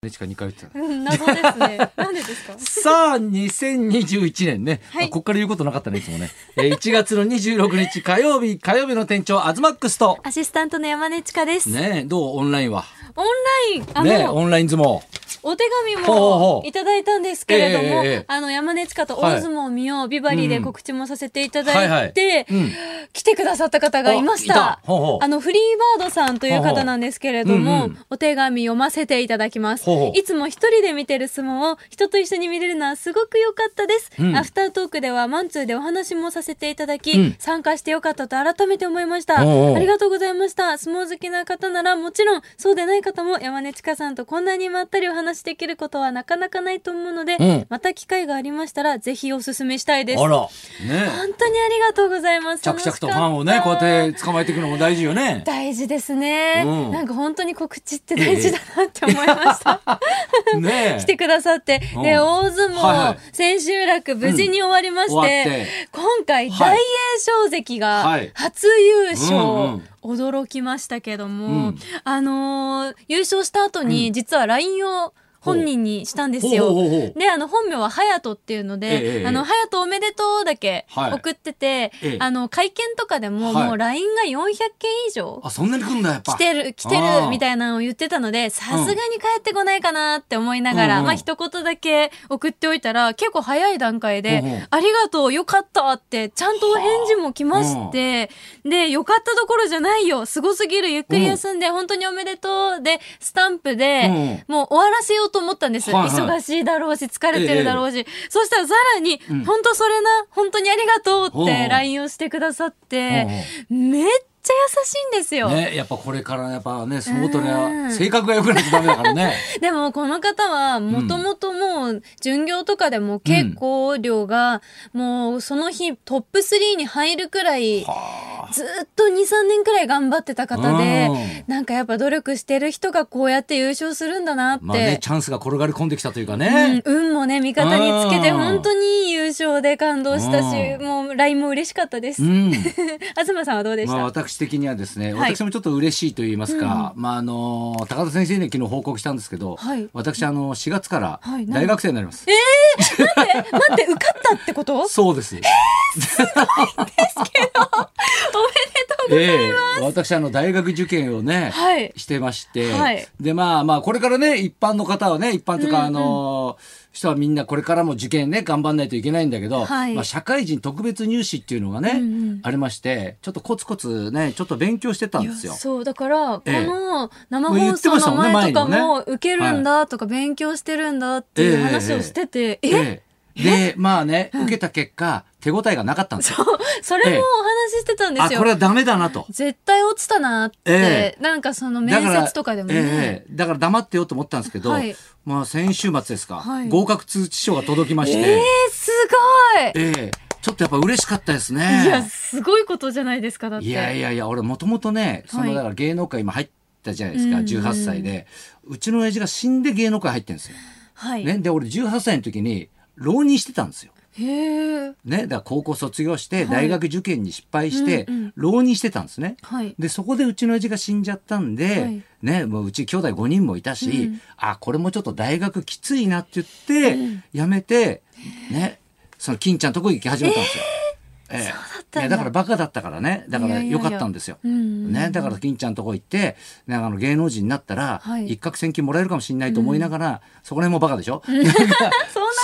でしか2回言ってたうん謎です ね。なんでですか。さあ2021年ね、はいあここから言うことなかったねいつもね、えー1月の26日火曜日火曜日の店長アズマックスとアシスタントの山根千佳です。ねえどうオンラインはオンライン、あの、ねえオンライン相撲お手紙ほうほうほもういただいたんですけれども、ええええええあの、山根千佳とはい大相撲を見よう、ビバリーで告知もさせていただいて、うんはいはいうん来てくださった方がいましあいたた。ほうほうあの、フリーバードさんという方なんですけれども、ほうほううんうんお手紙読ませていただきます。ほうほういつも一人で見てる相撲を人と一緒に見れるのはすごく良かったです。うんアフタートークではマンツーでお話もさせていただき、うん参加して良かったと改めて思いました。おうおうありがとうございました。相撲好きな方ならもちろん、そうでない方も山根千佳さんとこんなにまったりお話しできることはなかなかないと思うので、うんまた機会がありましたらぜひお勧めしたいです。あ本らねえ当にありがとうございます。着々とファンをねこうやって捕まえていくのも大事よ ね大事ですね、うんなんか本当に告知って大事だなって思いました。ね来えてくださって、うんで、大相撲、はいはい千秋楽無事に終わりましうんて、終わって今回、はい大栄翔関がはい初優勝、うんうん驚きましたけども、うんあのー優勝した後に、実は LINE を本人にしたんですよ。ほうほうほうほうで、あの、本名は隼人っていうのええで、ええあの、隼人おめでとうだけはい送ってて、ええあの、会見とかでも、はいもう LIne が400件以上あそんなに来んだやっぱ来てる来てあーるみたいなのを言ってたのでさすがに帰ってこないかなって思いながら、うんうんまあ一言だけ送っておいたら結構早い段階でうん「うんありがとうよかった」ってちゃんとお返事も来まして、で「よかったどころじゃないよすごすぎるゆっくり休んで、本当におめでとう」でスタンプで、うんうんもう終わらせようと思ったんです、はいはい忙しいだろうし疲れてるだろうし、そしたらさらに「うん本当それな本当にありがとう」っうんうてん LINE をしてくださって、めっちゃ優しいんですよ。ねやっぱこれからやっぱね相撲取りうはん性格が良くないとダメだからね でもこの方はもともともう巡業とかでも結構量がもうその日トップ3に入るくらいはずっと23年くらい頑張ってた方でうなんかやっぱ努力してる人がこうやって優勝するんだなっまあねて。チャンスが転がり込んできたというかうんね、運もね味方につけてうん本当にいい優勝で感動したしうもう LINE も嬉しかったですうん東さんはどうでしまあ、た私的にはですね、はい私もちょっと嬉しいと言いますか、まああの高田先生に昨日報告したんですけど、はい私あの4月からはい何大学生になります、え待って受かったってことおめ でそうです、えとえ私あの大学受験をね、うはいしてまして、はいでまあまあこれからね一般の方はね一般というか、うんうんあの人はみんなこれからも受験ね頑張んないといけないんだけど、はいまあ、社会人特別入試っていうのがね、うんうんありましてちょっとコツコツねちょっと勉強してたんいでやすよ。そうだから、ええこの生もう言放って送ましたのもんね前とか前にもも受けるんだとか勉強してるんだっていう話をしてて、えええでまあね受けた結果手応えがなかったんですよ。それもおええ話ししてたんであすよこ。れはダメだな と。絶対落ちたなって、えなんかそのだ面ら接とかでもね。ええだから黙ってよと思ったんですけど、はいまあ先週末ですか、はい合格通知書が届きまして、ええすごええちょっとやっぱ嬉しかったですね。いいや、すごいことじゃないですか、だって。いやいやいや、俺もともとね、そはいのだから芸能界今入ったじゃないですか、うんうん18歳で。うちの親父が死んで芸能界入ってんですよ。はい。ね、で、俺18歳の時に浪人してたんですよ。へえ。ね、だから高校卒業して、はい大学受験に失敗してうんうん、浪人してたんですね。はい。で、そこでうちの親父が死んじゃったんで、はいね、もううち兄弟5人もいたし、うんあ、これもちょっと大学きついなって言って、うんやめて、ね、その金ちゃんとこ行き始めたんですよ。ええそうだったんだいやだからバカだったからね、だかいやらいやいや良かったんですよ。うん。ね、だ から金ちゃんとこ行って、ね、あの芸能人になったら、はい一攫千金もらえるかもしれないと思いながら、そこら辺もバカでしょそんなこと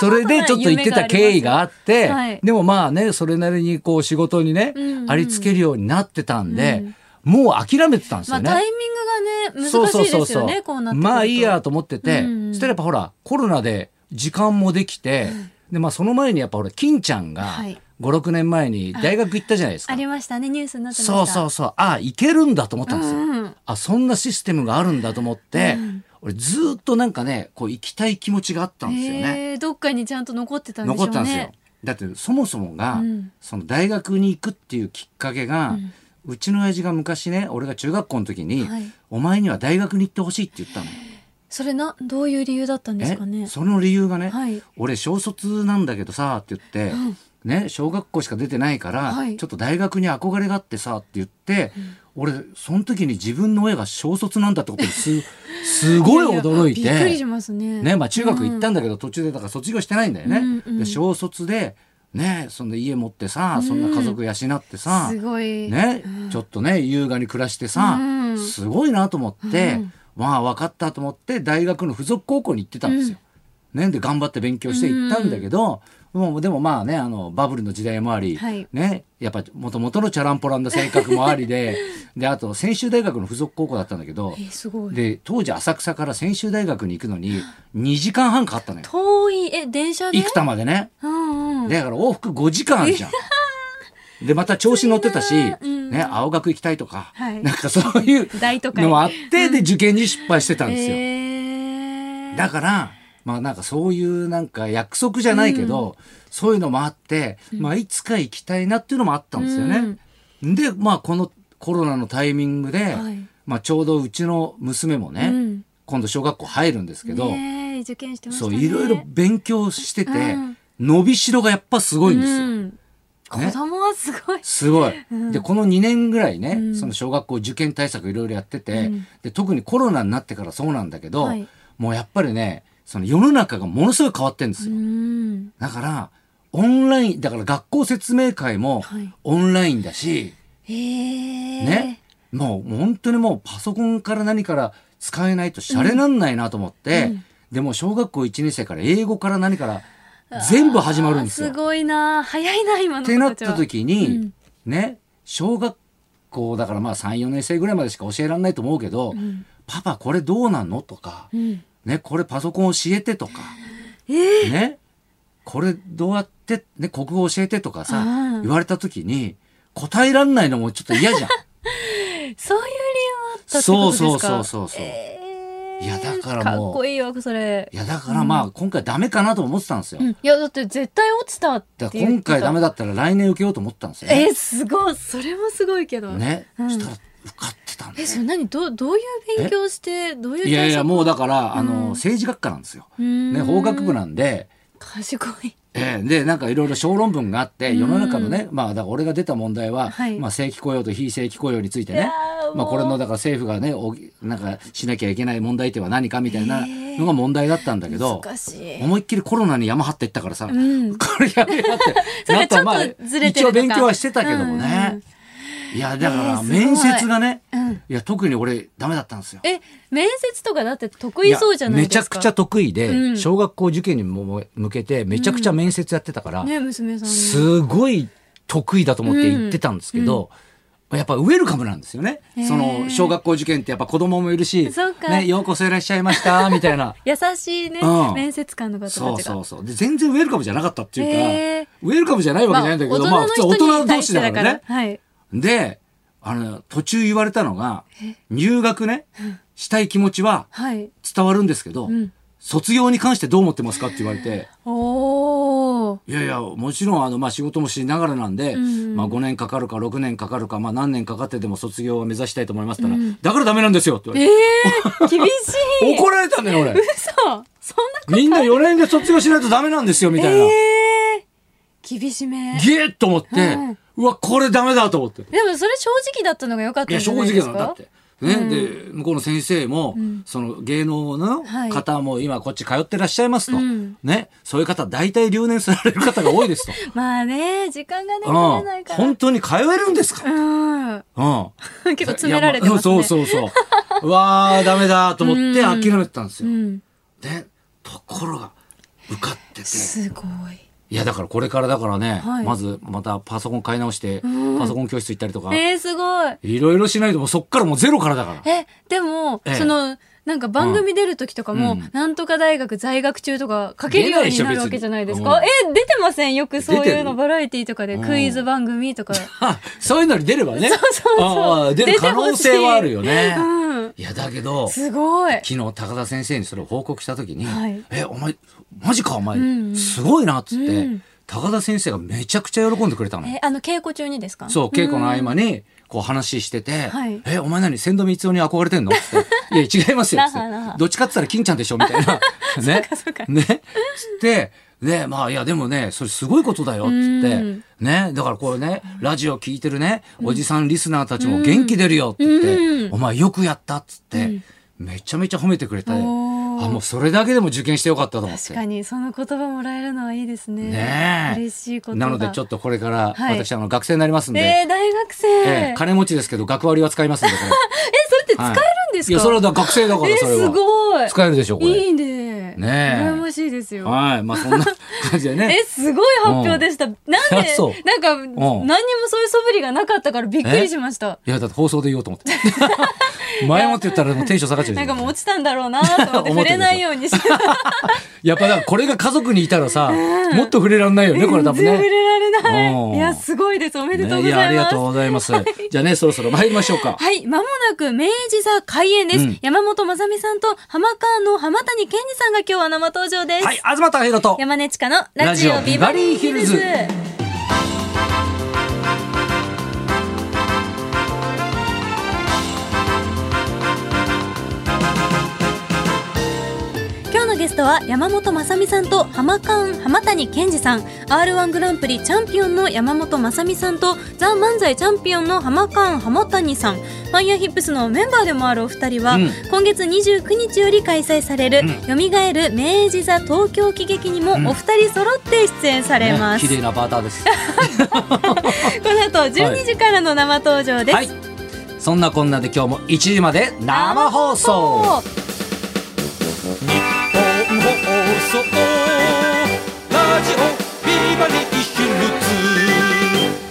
そないれでちょっと言ってた経緯があって夢がありますはいでもまあねそれなりにこう仕事にね、うんうんありつけるようになってたんで、もう諦めてたんですまよあ、ね。タイミングがね、難しいですよね、こうなってくると。まあいいやと思ってて、うんうんそしたらやっぱほらコロナで時間もできて、でまあ、その前にやっぱほら金ちゃんがはい56年前に大学行ったじゃないですか。ありましたね、ニュースになってました。そうそうそうああいけるんだと思ったんですよ。うんうんあそんなシステムがあるんだと思って、うん俺ずーっとなんかねこう行きたい気持ちがあったんですよね。えーどっかにちゃんと残ってたんでしょ残ったうね。んですよ。だってそもそもが、うんその大学に行くっていうきっかけが、うちの親父が昔ね俺が中学校の時に、はいお前には大学に行ってほしいって言ったのよ。それな、どういう理由だったんですかね。その理由がね、はい俺小卒なんだけどさって言って、ね、小学校しか出てないから、はいちょっと大学に憧れがあってさって言って、俺その時に自分の親が小卒なんだってことにすすごい驚いてややびっくりしますね。ねまあ、中学行うんったんだけど、途中でだから卒業してないんだよね。うんうんで小卒でねそんで家持ってさそんな家族養ってさ、すごい。ねうんちょっとね優雅に暮らしてさ、うんすごいなと思って、うんまあ分かったと思って大学の附属高校に行ってたんですよ。ね、で頑張って勉強して行ったんだけど、もうでもまあねあのバブルの時代もあり、はいね、やっぱもともとのチャランポランな性格もあり でであと専修大学の附属高校だったんだけどえ。ーすごい。で当時浅草から専修大学に行くのに2時間半かかったのよ遠い、え、電車で生田までねうんうん。だから往復5時間あるじゃん。でまた調子乗ってたし、きついなうんね、青学行きたいとか、はいなんかそういう大都会。のもあってで受験に失敗してたんですよ。えーだからまあなんかそういうなんか約束じゃないけど、そういうのもあって、まあ、いつか行きたいなっていうのもあったんですよね。でまあこのコロナのタイミングで、はいまあ、ちょうどうちの娘もね、うん今度小学校入るんですけど、ねえ受験してましたそうね。いろいろ勉強してて、うん伸びしろがやっぱすごいんですよ。うん子供はすごい。すごい。で、この2年ぐらいね、んその小学校受験対策いろいろやってて、うんで、特にコロナになってからそうなんだけど、はいもうやっぱりね、その世の中がものすごい変わってんですうよ。ん。だから、オンライン、だから学校説明会もはいオンラインだし、えーね、もうもう本当にもうパソコンから何から使えないとシャレなんないなと思って、うんでもう小学校1年生から英語から何から全部始まるんですよ。すごいな早いな今のっ子てなったちはた時に、うんね小学校だからまあ34年生ぐらいまでしか教えられないと思うけど「んパパこれどうなんの?」とか、うんね「これパソコン教えて」と か、えーね「これどうやって、ね、国語教えて」とかさうん言われた時に答えられないのもちょっと嫌じゃん。そういう理由もあったってそことうですそうかそうそうそう。えーいやだからもうかっこいいよそれいやだからまあ今回ダメかなと思ってたんですよ。うんいやだって絶対落ちたってだから言っ今てた回ダメだったら来年受けようと思ったんですよね。えーすごいそれもすごいけどね、うんしたら受かってたんでえすそれ何どうどういう勉強してどういういやいやもうだから、あうんの政治学科なんですよ。ねね、法学部ななんで、賢いえーでなんかいろいろ小論文があってうん世の中のね、まあだから俺が出た問題は、はいまあ、正規雇用と非正規雇用についていねやーまあ、これものうだから政府がねおなんかしなきゃいけない問題点は何かみたいなのが問題だったんだけど、難しい思いっきりコロナに山張っていったからさ、んこれやべえなって それなったまあちょっとずれて一応るのか勉強はしてたけどもね、いやだかえーらすごい面接がね、うんいや特に俺ダメだったんですよ。え面接とかだって得意そうじゃないですかやめちゃくちゃ得意で、うん小学校受験にも向けてめちゃくちゃ面接やってたから、ね娘さんもすごい得意だと思って行ってたんですけど、やっぱウェルカムなんですよね、へーその小学校受験ってやっぱ子供もいるしそうかね、ようこそいらっしゃいましたみたいな優しいね、うん面接官の方たちがそうそうそうで全然ウェルカムじゃなかったっていうか、へーウェルカムじゃないわけじゃないんだけど、まあの普通人大人に対同し士てだからね。はいであの途中言われたのが入学ねしたい気持ちははい伝わるんですけど、ん卒業に関してどう思ってますかって言われて。おおいやいや、もちろん、あの、まあ、仕事もしながらなんで、うんまあ、5年かかるか6年かかるか、まあ、何年かかってでも卒業を目指したいと思いますから、うんだからダメなんですよって言われえて えー、厳しい怒られたんだよ、俺。嘘そんなことみんな4年で卒業しないとダメなんですよ、みたいな。えー、厳しめゲーッと思って、うんうわ、これダメだと思って。でもそれ正直だったのが良かっいたや、んじ正ゃない直でだすなかだって。ね、で、向こうの先生も、その芸能のはい方も今こっち通ってらっしゃいますと。うんね、そういう方、大体留年される方が多いですと。まあね時間がねう取れ ないん。から本当に通えるんですかううんん。結構詰められてますいねやあそうそう そう。うわあ、ダメだと思ってうん諦めてたんですよ。んで、ところが、受かってて。すごいいや、だからこれからだからね、はいまずまたパソコン買い直して、うんパソコン教室行ったりとか、えー、すごいいろいろしないともうそっからもうゼロからだから。えでも、ええそのなんか番組出る時とかも、うんなんとか大学在学中とか書けるようになるわけじゃないですか、出ないえ出てませんよくそう出いてうるのバラエティとかでうんクイズ番組 とか、はそういうのに出ればね。そうそうそうああ出る可能性はあるよね。うんいや、だけど、すごい昨日高田先生にそれを報告した時に「はいえお前マジかお前、うんうんすごいな」っつって、うん高田先生がめちゃくちゃ喜んでくれたの。えあの稽古中にですかそう稽古の合間に、こう話してて「はいえお前何千富光雄に憧れてんの?」って「いや違いますよ」っつってなあなあ「どっちかっつったら金ちゃんでしょ」み たいなねそうかねつって。で、まあ、いや、でもね、それすごいことだよ、つっうんて。ね、だからこれね、ラジオ聞いてるね、おじさんリスナーたちも元気出るよ、って言って、うんお前よくやった、っつって、めちゃめちゃ褒めてくれて、あ、おーもうそれだけでも受験してよかったと思って。確かにその言葉もらえるのはいいですねねえ嬉しいことだなのでちょっとこれからはい私、あの学生になりますんで、えー、大学生、えええ金持ちですけど学割は使いますんでこれそれって使えはいるん ですいか、やそれはだ学生だからそれえー、すは、ごい使えるでしょうこれいいねねえ羨ましいですよはいまあ そんな感じでねえすごい発表でした、なんであ そうなんか、何にんもそういう素振りがなかったからびっくりしましたいやだって放送で言おうと思って 前もって言ったらもうテンション下がっちゃうじなゃんんかもう落ちたんだろうな と思って触れないようにしてやっぱだからこれが家族にいたらさ、もっと触れられないよねこれ多分全然触ねれられない、うんいやすごいですおめでとねうごいやざあいりまがす、とうございます、じゃあねそろそろ参りましょうかはい、まもなく明治座開演です。うん山本まさみさんと浜川の浜谷健二さんが今日は生登場です。はい東隆弘と山根千佳のラジオラジオビバリーヒルズ。ビバリー今日のゲストは山本まさみさんと浜川浜谷健二さん R1 グランプリチャンピオンの山本まさみさんとザ・漫才チャンピオンの浜川浜谷さんファイヤーヒップスのメンバーでもあるお二人は、うん今月29日より開催される「よみがえる明治座東京喜劇」にもお二人揃って出演されます、綺麗なバーターですこの後12時からの生登場です、はいそんなこんなで今日も1時まで生放送日本放送ラジオビバリーヒルズ」